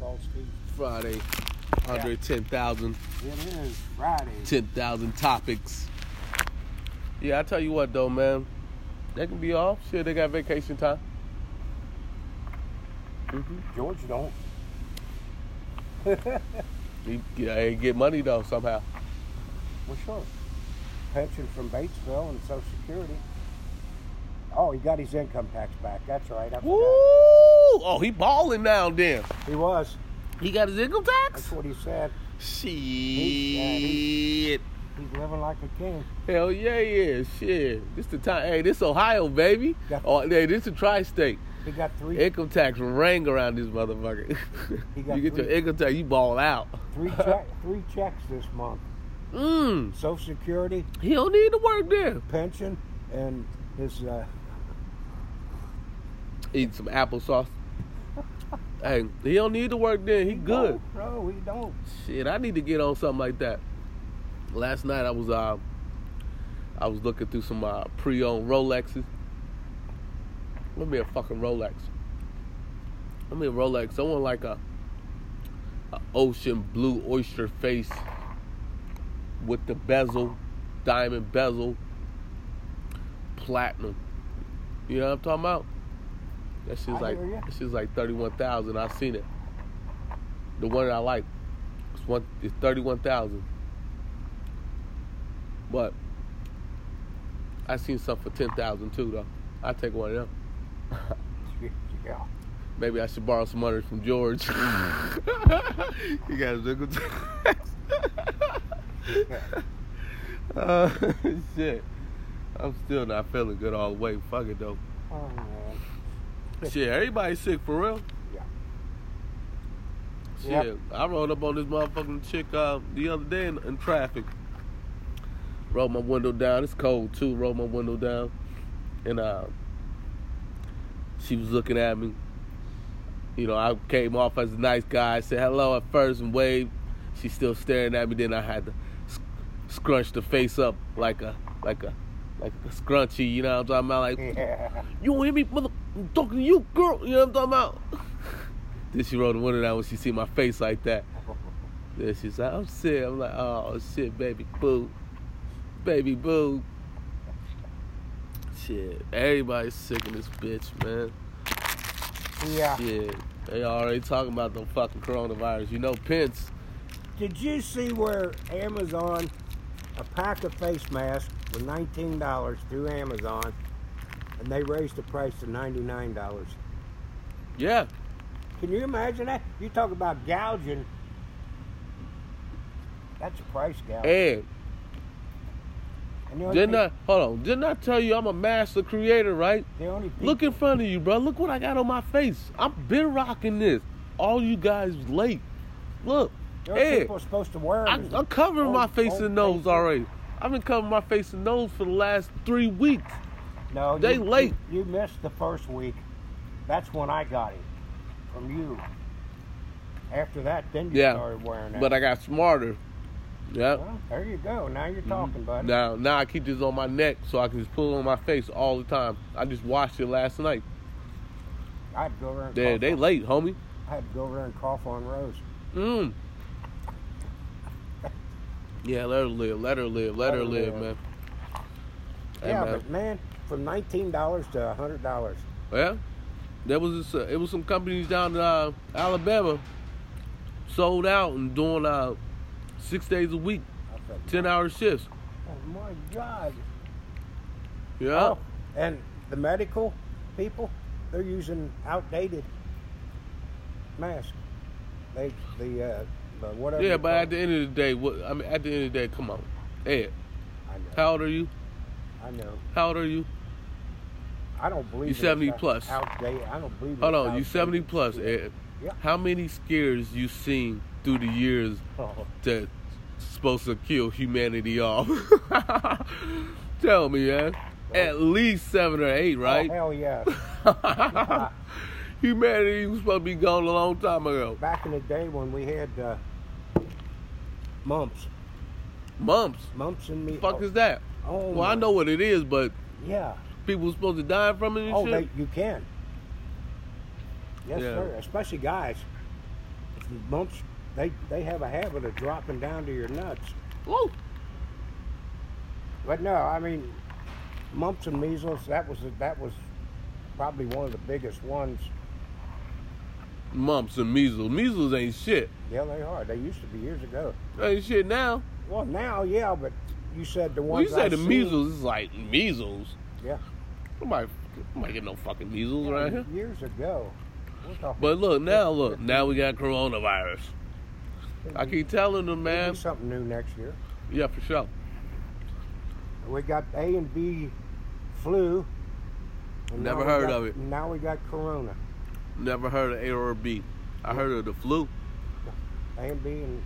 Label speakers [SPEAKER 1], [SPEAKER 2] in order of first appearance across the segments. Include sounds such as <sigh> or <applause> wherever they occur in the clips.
[SPEAKER 1] last week.
[SPEAKER 2] Friday, Andre 10,000.
[SPEAKER 1] It is Friday.
[SPEAKER 2] 10,000 topics. Yeah, I tell you what though, man. They can be off. Shit, they got vacation time.
[SPEAKER 1] George don't.
[SPEAKER 2] He, yeah, they get money though somehow.
[SPEAKER 1] Well, sure. Pension from Batesville and Social Security. Oh, he got his income tax back. That's right. I forgot.
[SPEAKER 2] Woo! Oh, he balling now then.
[SPEAKER 1] He was.
[SPEAKER 2] He got his income
[SPEAKER 1] That's
[SPEAKER 2] tax?
[SPEAKER 1] what he said.
[SPEAKER 2] Shit.
[SPEAKER 1] He's living like a king.
[SPEAKER 2] Hell yeah, yeah, shit. This the time. Hey, this Ohio, baby.
[SPEAKER 1] Yeah.
[SPEAKER 2] Oh, hey, this the tri-state.
[SPEAKER 1] He got three
[SPEAKER 2] Income tax rang around this motherfucker. <laughs>
[SPEAKER 1] He got
[SPEAKER 2] you get your
[SPEAKER 1] three.
[SPEAKER 2] income tax, you ball out. <laughs>
[SPEAKER 1] three che- three checks this month.
[SPEAKER 2] Mm.
[SPEAKER 1] Social Security,
[SPEAKER 2] He don't need to work there.
[SPEAKER 1] pension, and his uh,
[SPEAKER 2] Eat some applesauce. hey, he don't need to work there. He good.
[SPEAKER 1] No, no, he don't. <laughs>
[SPEAKER 2] Shit, I need to get on something like that. Last night I was uh, I was looking through some uh, pre-owned Rolexes. Let me a fucking Rolex. Let me a Rolex. I want like a, a ocean blue oyster face with the bezel, diamond bezel, platinum. You know what I'm talking about? That shit's
[SPEAKER 1] I
[SPEAKER 2] like
[SPEAKER 1] hear ya.
[SPEAKER 2] that shit's like thirty-one thousand. I seen it. The one that I like. It's one. It's thirty-one thousand. But I seen some for ten thousand too, though. I take one of them.
[SPEAKER 1] Yeah.
[SPEAKER 2] Maybe I should borrow some money from George. <laughs> you got a good tax. <laughs> uh, <laughs> shit. I'm still not feeling good all the way. Fuck it though.
[SPEAKER 1] Oh, man.
[SPEAKER 2] Shit, everybody sick for real.
[SPEAKER 1] Yeah.
[SPEAKER 2] Shit,
[SPEAKER 1] Yep.
[SPEAKER 2] I rolled up on this motherfucking chick uh, the other day in, in traffic. Rolled my window down. It's cold too. Rolled my window down, and uh, she was looking at me. You know, I came off as a nice guy. I said hello at first and waved. She's still staring at me. Then I had to sc- scrunch the face up like a like a like a scrunchie. You know what I'm talking about?
[SPEAKER 1] Mm.
[SPEAKER 2] Like
[SPEAKER 1] Yeah.
[SPEAKER 2] you don't hear me, mother? I'm talking to you, girl. You know what I'm talking about? <laughs> then she rolled the window down when she see my face like that. Then she's like, I'm sick. I'm like, oh shit, baby boo, baby boo. Shit, everybody's sick in this bitch, man.
[SPEAKER 1] yeah.
[SPEAKER 2] Shit, they already talking about the fucking coronavirus. You know, Pence.
[SPEAKER 1] Did you see where Amazon, a pack of face masks were $19 through Amazon, and they raised the price to $99?
[SPEAKER 2] Yeah,
[SPEAKER 1] Can you imagine that? You talk about gouging. That's a price gouge.
[SPEAKER 2] and
[SPEAKER 1] and the only,
[SPEAKER 2] didn't
[SPEAKER 1] pe-
[SPEAKER 2] I? Hold on, didn't I tell you I'm a master creator, right?
[SPEAKER 1] the only pe-
[SPEAKER 2] Look in front of you, bro. Look what I got on my face. I've been rocking this. All you guys late. Look,
[SPEAKER 1] the only
[SPEAKER 2] Ed,
[SPEAKER 1] people are supposed to wear
[SPEAKER 2] I,
[SPEAKER 1] them is
[SPEAKER 2] I'm covering
[SPEAKER 1] on-
[SPEAKER 2] my face
[SPEAKER 1] on
[SPEAKER 2] and nose
[SPEAKER 1] paper.
[SPEAKER 2] already. I've been covering my face and nose for the last three weeks.
[SPEAKER 1] No,
[SPEAKER 2] They
[SPEAKER 1] you,
[SPEAKER 2] late.
[SPEAKER 1] You, you missed the first week. That's when I got it from you. After that, then you
[SPEAKER 2] Yeah,
[SPEAKER 1] started wearing it.
[SPEAKER 2] But I got smarter. Yeah.
[SPEAKER 1] Well, there you go. Now
[SPEAKER 2] Mm-hmm.
[SPEAKER 1] you're talking, buddy.
[SPEAKER 2] Now, now I keep this on my neck so I can just pull it on my face all the time. I just washed it last night.
[SPEAKER 1] I'd go over and
[SPEAKER 2] They,
[SPEAKER 1] cough
[SPEAKER 2] they
[SPEAKER 1] on,
[SPEAKER 2] late, homie.
[SPEAKER 1] I'd go over and cough on Rose.
[SPEAKER 2] Mm. Yeah, let her live. Let her live. Let, her live, man. Hey,
[SPEAKER 1] yeah,
[SPEAKER 2] man.
[SPEAKER 1] but man, from nineteen dollars to hundred dollars.
[SPEAKER 2] Yeah, there was this, uh, it was some companies down in uh, Alabama sold out and doing uh, six days a week,
[SPEAKER 1] I said,
[SPEAKER 2] ten hour shifts.
[SPEAKER 1] Oh my God.
[SPEAKER 2] Yeah,
[SPEAKER 1] Oh, and the medical people, they're using outdated masks. They the uh, the whatever.
[SPEAKER 2] yeah.
[SPEAKER 1] you
[SPEAKER 2] But
[SPEAKER 1] call
[SPEAKER 2] at the
[SPEAKER 1] it.
[SPEAKER 2] end of the day, what I mean, at the end of the day, come on, Ed.
[SPEAKER 1] I know.
[SPEAKER 2] How old are you?
[SPEAKER 1] I know.
[SPEAKER 2] How old are you?
[SPEAKER 1] I don't believe.
[SPEAKER 2] You
[SPEAKER 1] in
[SPEAKER 2] 70
[SPEAKER 1] that
[SPEAKER 2] plus.
[SPEAKER 1] Outdated. I don't believe. in
[SPEAKER 2] Hold on,
[SPEAKER 1] that
[SPEAKER 2] you seventy
[SPEAKER 1] outdated
[SPEAKER 2] plus,
[SPEAKER 1] shit.
[SPEAKER 2] Ed.
[SPEAKER 1] Yeah.
[SPEAKER 2] How many scares you seen through the years
[SPEAKER 1] <laughs> Oh,
[SPEAKER 2] that's supposed to kill humanity off? <laughs> Tell me, man. At least seven or eight, right?
[SPEAKER 1] Oh, hell
[SPEAKER 2] <laughs>
[SPEAKER 1] yeah.
[SPEAKER 2] Humanity was supposed to be gone a long time ago.
[SPEAKER 1] Back in the day when we had uh, mumps,
[SPEAKER 2] Mumps.
[SPEAKER 1] mumps and me.
[SPEAKER 2] Fuck is that?
[SPEAKER 1] Oh,
[SPEAKER 2] well, I
[SPEAKER 1] my-
[SPEAKER 2] know what it is, but
[SPEAKER 1] Yeah.
[SPEAKER 2] people were supposed to die from it and
[SPEAKER 1] Oh,
[SPEAKER 2] shit.
[SPEAKER 1] they, you can. Yes,
[SPEAKER 2] Yeah.
[SPEAKER 1] sir. Especially guys. If months they they have a habit of dropping down to your nuts.
[SPEAKER 2] Woo!
[SPEAKER 1] But no, I mean, mumps and measles. That was that was probably one of the biggest ones.
[SPEAKER 2] Mumps and measles. Measles ain't shit.
[SPEAKER 1] Yeah, they are. They used to be years ago.
[SPEAKER 2] Ain't shit now.
[SPEAKER 1] Well, now, yeah, but you said the
[SPEAKER 2] When
[SPEAKER 1] ones.
[SPEAKER 2] you say
[SPEAKER 1] I
[SPEAKER 2] the
[SPEAKER 1] seen-
[SPEAKER 2] measles, it's like measles.
[SPEAKER 1] Yeah.
[SPEAKER 2] Nobody, nobody get no fucking measles right here.
[SPEAKER 1] Years ago. We're talking-
[SPEAKER 2] But look now, look
[SPEAKER 1] It'll
[SPEAKER 2] now we got coronavirus. I
[SPEAKER 1] be-
[SPEAKER 2] keep telling them,
[SPEAKER 1] it'll be
[SPEAKER 2] man.
[SPEAKER 1] something new next year.
[SPEAKER 2] Yeah, for sure.
[SPEAKER 1] We got A and B flu. and now
[SPEAKER 2] Never
[SPEAKER 1] we
[SPEAKER 2] heard
[SPEAKER 1] got-
[SPEAKER 2] of it.
[SPEAKER 1] Now we got corona.
[SPEAKER 2] Never heard of A or B. I heard of the flu,
[SPEAKER 1] A and B and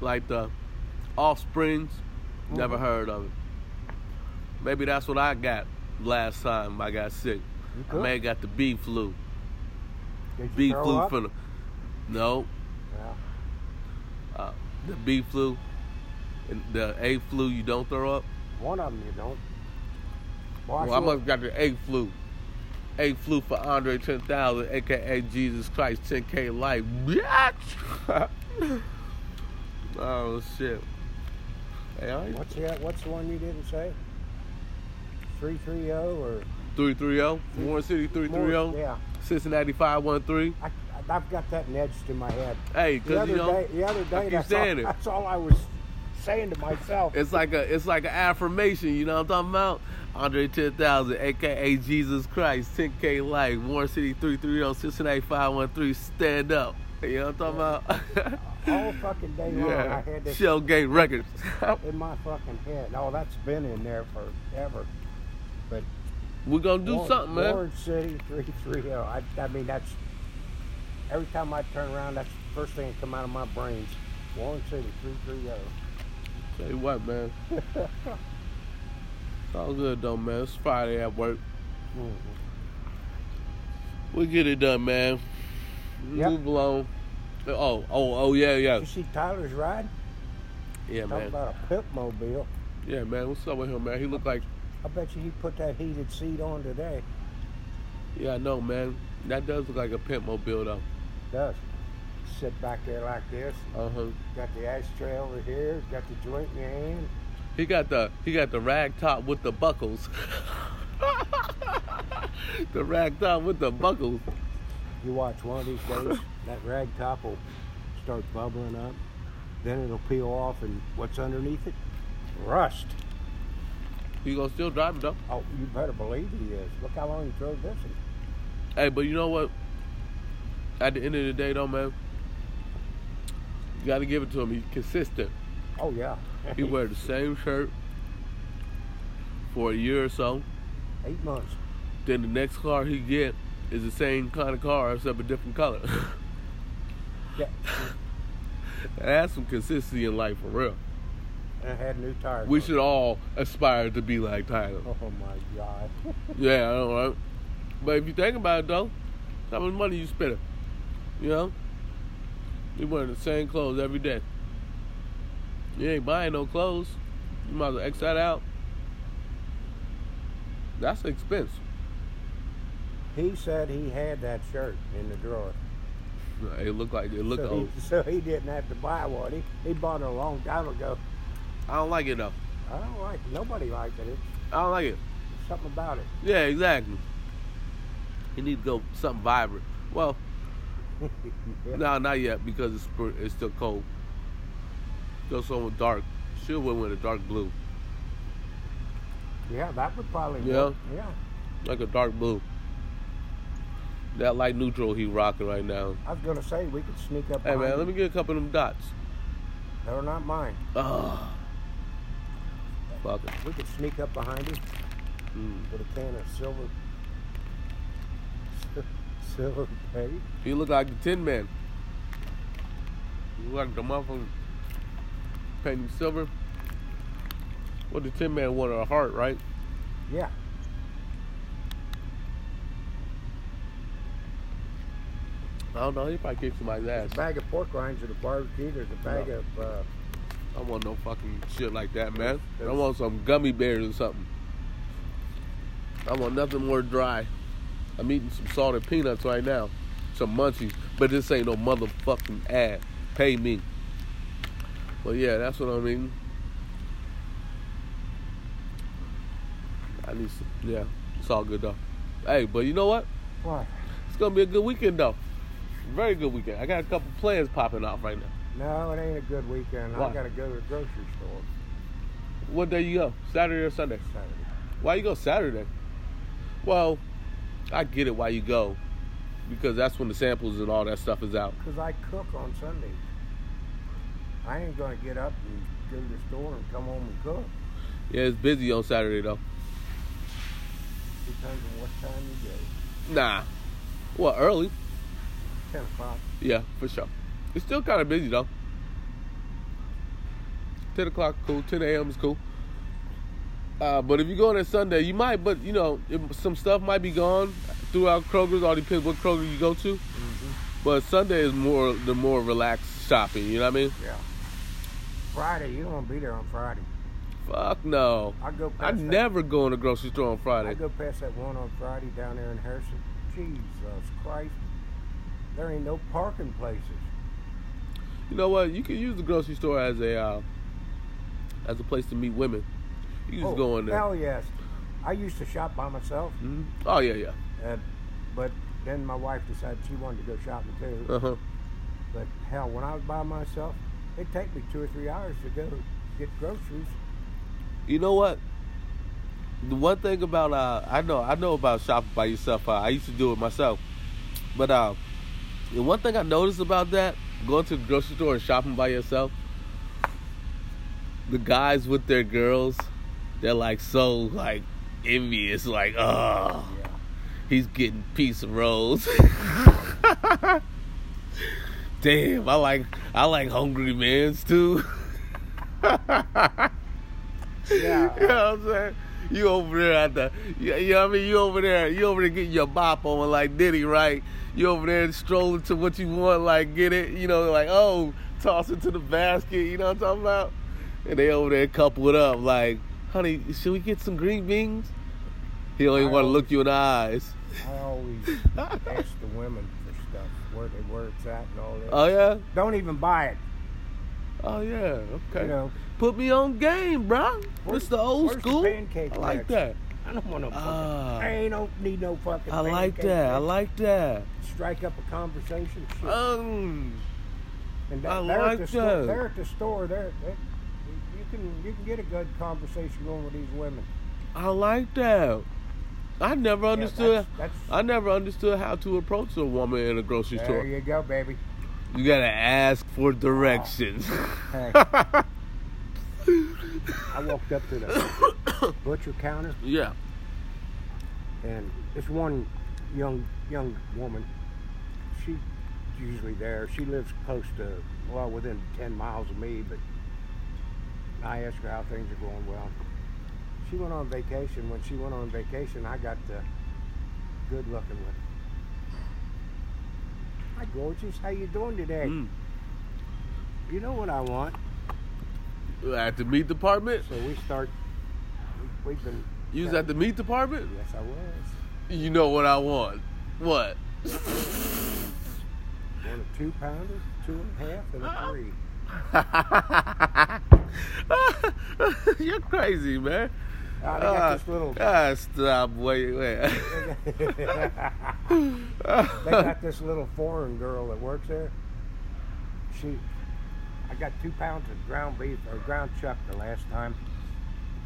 [SPEAKER 2] like the offsprings. Never
[SPEAKER 1] Mhm.
[SPEAKER 2] heard of it. Maybe that's what I got last time I got sick.
[SPEAKER 1] you
[SPEAKER 2] I
[SPEAKER 1] could.
[SPEAKER 2] may have got the B flu.
[SPEAKER 1] Did you
[SPEAKER 2] B
[SPEAKER 1] throw
[SPEAKER 2] flu
[SPEAKER 1] up?
[SPEAKER 2] from the no,
[SPEAKER 1] Yeah.
[SPEAKER 2] uh, the B flu, and the A flu. You don't throw up.
[SPEAKER 1] One of them you don't. Boy, I
[SPEAKER 2] Well, I
[SPEAKER 1] feel-
[SPEAKER 2] must got the A flu. A flu for Andre 10,000, aka Jesus Christ 10K Life. Bitch! <laughs> oh, shit. Hey, I ain't
[SPEAKER 1] What's the What's the one you didn't say? Three three zero or
[SPEAKER 2] 330, Warren oh? City oh?
[SPEAKER 1] more-
[SPEAKER 2] 330,
[SPEAKER 1] Yeah,
[SPEAKER 2] Cincinnati 513.
[SPEAKER 1] I, I, I've got that edge to my head.
[SPEAKER 2] Hey,
[SPEAKER 1] The
[SPEAKER 2] because,
[SPEAKER 1] other
[SPEAKER 2] you know,
[SPEAKER 1] day, the other day,
[SPEAKER 2] keep
[SPEAKER 1] that's all,
[SPEAKER 2] saying it.
[SPEAKER 1] that's all I was saying to myself.
[SPEAKER 2] it's like a it's like an affirmation, you know what I'm talking about? Andre 10,000, aka Jesus Christ 10K Life, Warren City 330, Cincinnati 513, stand up. You know what I'm talking about?
[SPEAKER 1] all fucking day long,
[SPEAKER 2] <laughs> Yeah.
[SPEAKER 1] I had this
[SPEAKER 2] Shell Game Records.
[SPEAKER 1] <laughs> in my fucking head. Oh, that's been in there forever. But
[SPEAKER 2] We're gonna do
[SPEAKER 1] Warren-
[SPEAKER 2] something, man.
[SPEAKER 1] Warren City three three zero. I, I mean, that's every time I turn around, that's the first thing that come out of my brains. Warren City three three oh. zero.
[SPEAKER 2] Tell you what,
[SPEAKER 1] <laughs>
[SPEAKER 2] man. it's all good though, man. It's Friday at work. We get it done, man.
[SPEAKER 1] Yep.
[SPEAKER 2] Move along. Oh, oh, oh, yeah, yeah,
[SPEAKER 1] You see Tyler's ride?
[SPEAKER 2] yeah,
[SPEAKER 1] Talk
[SPEAKER 2] man.
[SPEAKER 1] about a pimp mobile.
[SPEAKER 2] Yeah, man. What's up with him, man? He looked like,
[SPEAKER 1] I bet you he put that heated seat on today.
[SPEAKER 2] yeah, I know, man. That does look like a pimp mobile, though.
[SPEAKER 1] Does. Sit back there like this.
[SPEAKER 2] Uh huh.
[SPEAKER 1] Got the ashtray over here. Got the joint in your hand.
[SPEAKER 2] He got the he got the rag top with the buckles. <laughs> the rag top with the buckles.
[SPEAKER 1] You watch one of these
[SPEAKER 2] <laughs>
[SPEAKER 1] days, that rag top will start bubbling up. Then it'll peel off, and what's underneath it? Rust.
[SPEAKER 2] He gonna still drive it though.
[SPEAKER 1] Oh, you better believe he is. Look how long he drove this. in.
[SPEAKER 2] Hey, but you know what? At the end of the day, though, man, you got to give it to him. He's consistent.
[SPEAKER 1] Oh
[SPEAKER 2] <laughs>
[SPEAKER 1] yeah.
[SPEAKER 2] He wear the same shirt for a year or so.
[SPEAKER 1] Eight months.
[SPEAKER 2] Then the next car he get is the same kind of car except a different color. <laughs>
[SPEAKER 1] Yeah.
[SPEAKER 2] That's some consistency in life for real.
[SPEAKER 1] And it had new tires.
[SPEAKER 2] We
[SPEAKER 1] on it.
[SPEAKER 2] should all aspire to be like Tyler.
[SPEAKER 1] Oh my God.
[SPEAKER 2] Yeah, I know, right? But if you think about it, though, how much money you spending? You know? You wearing the same clothes every day. You ain't buying no clothes. You might as well X that out. That's an expense.
[SPEAKER 1] He said he had that shirt in the drawer.
[SPEAKER 2] It looked like it looked
[SPEAKER 1] so
[SPEAKER 2] old.
[SPEAKER 1] he, <laughs> so he didn't have to buy one. He, he bought it a long time ago.
[SPEAKER 2] I don't like it though.
[SPEAKER 1] I don't like it. Nobody liked it. It's
[SPEAKER 2] I don't like it.
[SPEAKER 1] something about it.
[SPEAKER 2] Yeah, exactly. You need to go something vibrant. Well,
[SPEAKER 1] Yeah.
[SPEAKER 2] no, not yet because it's pr- it's still cold. Go something dark. She went with a dark blue,
[SPEAKER 1] Yeah, that would probably
[SPEAKER 2] Yeah.
[SPEAKER 1] work. Yeah.
[SPEAKER 2] like a dark blue. That light neutral he rocking right now.
[SPEAKER 1] I was gonna say we could sneak up.
[SPEAKER 2] Hey man,
[SPEAKER 1] behind
[SPEAKER 2] let me
[SPEAKER 1] him.
[SPEAKER 2] get a couple of them dots.
[SPEAKER 1] They're not mine.
[SPEAKER 2] Ah, fuck it.
[SPEAKER 1] We could sneak up behind him
[SPEAKER 2] Mm.
[SPEAKER 1] with a can of silver. <laughs> Silver paint.
[SPEAKER 2] He look like the Tin Man. He look like the motherfucker painting silver. What the Tin Man wanted a heart, right?
[SPEAKER 1] Yeah.
[SPEAKER 2] I don't know. He probably kicked somebody's ass.
[SPEAKER 1] There's a bag of pork rinds at a barbecue. There's a bag
[SPEAKER 2] Yeah.
[SPEAKER 1] of uh,
[SPEAKER 2] I want no fucking shit like that, man. I
[SPEAKER 1] That's-
[SPEAKER 2] want some gummy bears or something. I want nothing more dry. I'm eating some salted peanuts right now. Some munchies. But this ain't no motherfucking ad. Pay me. But yeah, that's what I mean. I need some, yeah, it's all good though. Hey, but you know what?
[SPEAKER 1] What?
[SPEAKER 2] It's gonna be a good weekend though. Very good weekend. I got a couple plans popping off right now.
[SPEAKER 1] No, it ain't a good weekend.
[SPEAKER 2] Why?
[SPEAKER 1] I gotta go to the grocery store
[SPEAKER 2] What day you go? Saturday or Sunday?
[SPEAKER 1] Saturday.
[SPEAKER 2] Why you go Saturday? Well, I get it why you go. Because that's when the samples and all that stuff is out.
[SPEAKER 1] Cause I cook on Sundays. I ain't gonna get up and go to the store and come home and cook.
[SPEAKER 2] Yeah, it's busy on Saturday though.
[SPEAKER 1] Depends on what time you go.
[SPEAKER 2] Nah. Well, early.
[SPEAKER 1] Ten o'clock.
[SPEAKER 2] Yeah, for sure. It's still kind of busy though. 10 o'clock, cool. 10 a.m. is cool. Uh, but if you go on a Sunday, you might, but you know, if some stuff might be gone throughout Kroger's. All depends what Kroger you go to. But Sunday is more the more relaxed shopping. You know what I mean?
[SPEAKER 1] Yeah. Friday, you don't be there on Friday.
[SPEAKER 2] Fuck no.
[SPEAKER 1] I go. Past
[SPEAKER 2] I
[SPEAKER 1] that-
[SPEAKER 2] never go in the grocery store on
[SPEAKER 1] I
[SPEAKER 2] Friday.
[SPEAKER 1] go past that one on Friday down there in Harrison. Jesus Christ. There ain't no parking places.
[SPEAKER 2] You know what? You can use the grocery store as a uh, as a place to meet women. You just
[SPEAKER 1] oh,
[SPEAKER 2] go in there.
[SPEAKER 1] Hell yes. I used to shop by myself,
[SPEAKER 2] Mhm. Oh yeah, yeah.
[SPEAKER 1] uh, but then my wife decided she wanted to go shopping too.
[SPEAKER 2] Uh huh.
[SPEAKER 1] But hell, when I was by myself, it'd take me two or three hours to go get groceries.
[SPEAKER 2] You know what? The one thing about uh, I know I know about shopping by yourself. Uh, I used to do it myself, but uh, the one thing I noticed about that going to the grocery store and shopping by yourself, the guys with their girls, they're like so like envious, like oh,
[SPEAKER 1] Yeah.
[SPEAKER 2] he's getting piece of rolls. <laughs> Damn, I like I like hungry mans too. <laughs>
[SPEAKER 1] Yeah.
[SPEAKER 2] You know what I'm saying? You over there at the, you, you know what I mean? You over there, you over there getting your bop on like Diddy, right? You over there strolling to what you want, like get it, you know, like, oh, toss it to the basket, you know what I'm talking about? And they over there couple it up, like, honey, should we get some green beans? He don't even
[SPEAKER 1] I
[SPEAKER 2] want to
[SPEAKER 1] always-
[SPEAKER 2] look you in the eyes.
[SPEAKER 1] I always ask the women for stuff, where, they- where it's at and all that.
[SPEAKER 2] Oh, yeah?
[SPEAKER 1] Don't even buy it.
[SPEAKER 2] Oh, yeah, okay.
[SPEAKER 1] You know,
[SPEAKER 2] Put me on game, bro.
[SPEAKER 1] Where's-
[SPEAKER 2] It's the old
[SPEAKER 1] where's the
[SPEAKER 2] school.
[SPEAKER 1] pancake
[SPEAKER 2] I like
[SPEAKER 1] mix?
[SPEAKER 2] that.
[SPEAKER 1] I don't want no fucking.
[SPEAKER 2] Ah.
[SPEAKER 1] I ain't don't need no fucking.
[SPEAKER 2] I like
[SPEAKER 1] pancake
[SPEAKER 2] that. I
[SPEAKER 1] mix.
[SPEAKER 2] like that.
[SPEAKER 1] strike up a conversation. Shit.
[SPEAKER 2] Um,
[SPEAKER 1] and
[SPEAKER 2] I
[SPEAKER 1] they're
[SPEAKER 2] like
[SPEAKER 1] at the
[SPEAKER 2] that.
[SPEAKER 1] Store, they're at the store. They're, they you can you can get a good conversation going with these women.
[SPEAKER 2] I like that. I never
[SPEAKER 1] Yeah,
[SPEAKER 2] understood.
[SPEAKER 1] that's, that's,
[SPEAKER 2] I never understood how to approach a woman in a grocery
[SPEAKER 1] there
[SPEAKER 2] store.
[SPEAKER 1] you go, baby.
[SPEAKER 2] You gotta ask for directions.
[SPEAKER 1] Hey, I walked up to the butcher counter,
[SPEAKER 2] <laughs> yeah.
[SPEAKER 1] and this one young young woman, she's usually there. She lives close to, well, within ten miles of me. But I asked her how things are going. Well, she went on vacation. When she went on vacation, I got uh, good looking with her. Hi, gorgeous. How you doing today?
[SPEAKER 2] Mm.
[SPEAKER 1] You know what I want.
[SPEAKER 2] At the meat department.
[SPEAKER 1] So we start. we- We've been.
[SPEAKER 2] You was at the meat department.
[SPEAKER 1] Yes, I was.
[SPEAKER 2] You know what I want. What? <laughs>
[SPEAKER 1] One a two pounder, two and a half, and
[SPEAKER 2] Ah.
[SPEAKER 1] a three.
[SPEAKER 2] You're crazy, man.
[SPEAKER 1] Uh, they got
[SPEAKER 2] Ah,
[SPEAKER 1] this little.
[SPEAKER 2] ah, stop. Wait, wait.
[SPEAKER 1] <laughs>
[SPEAKER 2] Ah.
[SPEAKER 1] they got this little foreign girl that works there. She, I got two pounds of ground beef or ground chuck the last time,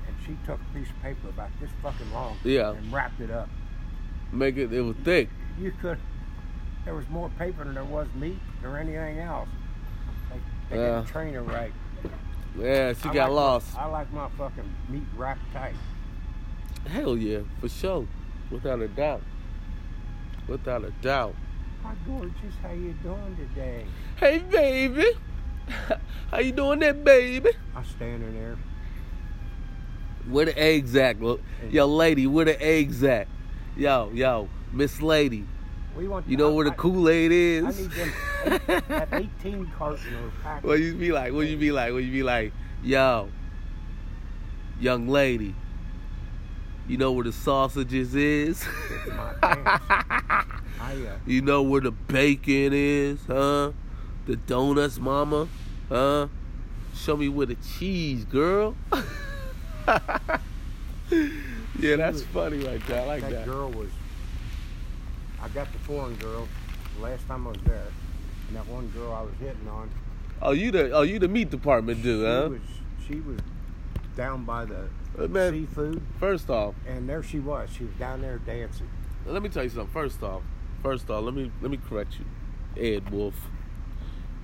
[SPEAKER 1] and she took a piece of paper about this fucking long
[SPEAKER 2] Yeah.
[SPEAKER 1] and wrapped it up.
[SPEAKER 2] Make it. It was thick.
[SPEAKER 1] You could. There was more paper than there was meat or anything else. They, they
[SPEAKER 2] Yeah.
[SPEAKER 1] didn't train her right.
[SPEAKER 2] Yeah, she
[SPEAKER 1] I like
[SPEAKER 2] got
[SPEAKER 1] my-
[SPEAKER 2] lost.
[SPEAKER 1] I like my fucking meat wrapped tight.
[SPEAKER 2] Hell yeah, for sure. Without a doubt. Without a doubt.
[SPEAKER 1] Hi, gorgeous. How you doing today?
[SPEAKER 2] Hey baby. <laughs> How you doing there, baby?
[SPEAKER 1] I'm standing there.
[SPEAKER 2] Where the eggs at? Look. Yo, lady, where the eggs at? Yo, yo, Miss Lady.
[SPEAKER 1] We want.
[SPEAKER 2] You know
[SPEAKER 1] I-
[SPEAKER 2] where the
[SPEAKER 1] I-
[SPEAKER 2] Kool-Aid
[SPEAKER 1] I
[SPEAKER 2] is?
[SPEAKER 1] need them eight, that 18 carton or pack.
[SPEAKER 2] <laughs> What you be like? What you be like? What you be like? Yo, young lady, You know where the sausages is? <laughs>
[SPEAKER 1] My pants. I, uh,
[SPEAKER 2] You know where the bacon is, huh? The donuts, mama, huh? Show me where the cheese, girl. <laughs> yeah, that's funny right there. I like
[SPEAKER 1] that,
[SPEAKER 2] that.
[SPEAKER 1] girl was. I got the foreign girl the last time I was there, and that one girl I was hitting on.
[SPEAKER 2] Oh, you the oh you the meat department
[SPEAKER 1] she
[SPEAKER 2] dude, huh?
[SPEAKER 1] was she was down by the
[SPEAKER 2] Uh, man.
[SPEAKER 1] seafood,
[SPEAKER 2] First off,
[SPEAKER 1] and there she was. She was down there dancing.
[SPEAKER 2] let me tell you something. First off, first off, let me let me correct you, Ed Wolf.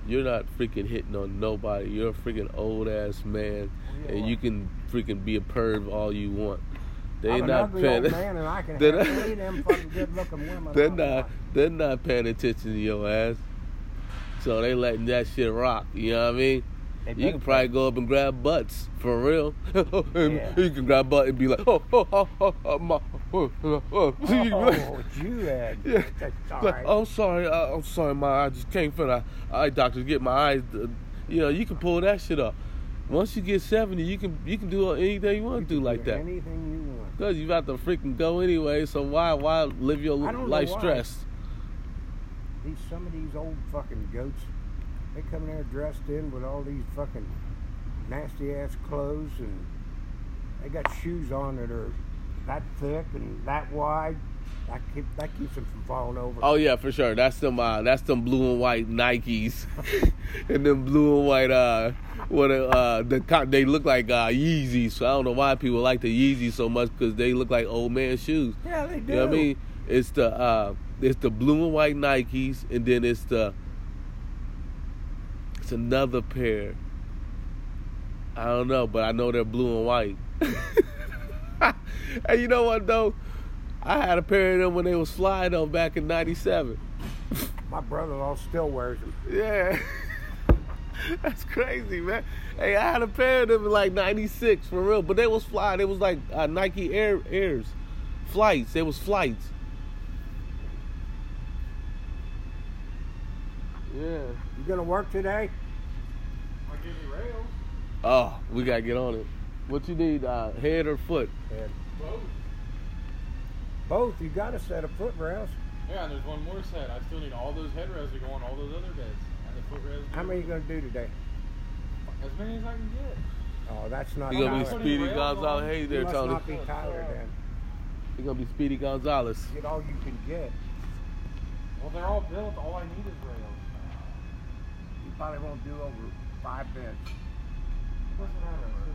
[SPEAKER 2] You're not freaking hitting on nobody. You're a freaking old ass man,
[SPEAKER 1] We
[SPEAKER 2] and
[SPEAKER 1] are.
[SPEAKER 2] you can freaking be a perv all you want. They
[SPEAKER 1] I'm
[SPEAKER 2] not
[SPEAKER 1] an ugly
[SPEAKER 2] paying.
[SPEAKER 1] old man, and I can
[SPEAKER 2] <laughs> They're
[SPEAKER 1] have
[SPEAKER 2] not-
[SPEAKER 1] any of them
[SPEAKER 2] <laughs>
[SPEAKER 1] fucking good-looking women.
[SPEAKER 2] They're
[SPEAKER 1] I
[SPEAKER 2] not.
[SPEAKER 1] want.
[SPEAKER 2] They're not paying attention to your ass. So they letting that shit rock. You know what I mean?
[SPEAKER 1] They
[SPEAKER 2] You can
[SPEAKER 1] better-
[SPEAKER 2] probably go up and grab butts for real. <laughs> And
[SPEAKER 1] Yeah.
[SPEAKER 2] You can grab butt and be like, oh, oh, oh, oh, oh, my, oh, oh, oh. <laughs> You can be like-
[SPEAKER 1] Oh, you had.
[SPEAKER 2] Yeah.
[SPEAKER 1] That's
[SPEAKER 2] <laughs>
[SPEAKER 1] all
[SPEAKER 2] Like,
[SPEAKER 1] right.
[SPEAKER 2] I'm sorry, I, I'm sorry, my I just came from the eye doctor to get my eyes. uh, You know, you can pull that shit up. Once you get 70, you can you can do anything you want to do like that.
[SPEAKER 1] Anything you want.
[SPEAKER 2] Cause you about to freaking go anyway, so why why live your
[SPEAKER 1] I don't know
[SPEAKER 2] life
[SPEAKER 1] why.
[SPEAKER 2] stressed?
[SPEAKER 1] These some of these old fucking goats, they come in there dressed in with all these fucking nasty ass clothes, and they got shoes on that are that thick and that wide. That keep that keeps them from falling over.
[SPEAKER 2] Oh yeah, for sure. That's them. Uh, that's them blue and white Nikes, <laughs> and them blue and white. Uh, what uh, the co- they look like uh, Yeezys. So I don't know why people like the Yeezys so much because they look like old man shoes.
[SPEAKER 1] yeah, they do.
[SPEAKER 2] You know what I mean? It's the uh, it's the blue and white Nikes, and then it's the it's another pair. I don't know, but I know they're blue and white. <laughs> and you know what though? I had a pair of them when they was fly though back in '97.
[SPEAKER 1] My brother-in-law still wears them.
[SPEAKER 2] Yeah. <laughs> That's crazy, man. Hey, I had a pair of them in like '96 for real, but they was fly. They was like uh, Nike Air Airs, flights. They was flights. Yeah.
[SPEAKER 1] You gonna work today?
[SPEAKER 3] I give you rails.
[SPEAKER 2] Oh, we gotta get on it. What you need, uh, head or foot?
[SPEAKER 1] And
[SPEAKER 3] Both.
[SPEAKER 1] both. You got a set of foot rails.
[SPEAKER 3] Yeah, and there's one more set. I still need all those head rails to go on all those other beds. And the foot rails.
[SPEAKER 1] How many you gonna do today?
[SPEAKER 3] As many as I can get.
[SPEAKER 1] Oh, that's not.
[SPEAKER 2] You gonna be
[SPEAKER 1] Tyler.
[SPEAKER 3] Putting
[SPEAKER 2] Speedy
[SPEAKER 3] rail
[SPEAKER 2] Gonzalez?
[SPEAKER 3] on.
[SPEAKER 2] Hey
[SPEAKER 1] you
[SPEAKER 2] there,
[SPEAKER 1] must
[SPEAKER 2] Tony.
[SPEAKER 1] not be Tyler then.
[SPEAKER 2] You gonna be Speedy Gonzalez?
[SPEAKER 1] Get all you can get.
[SPEAKER 3] Well, they're all built. All I need is rails.
[SPEAKER 1] You probably won't do over five bits.
[SPEAKER 3] What's the matter?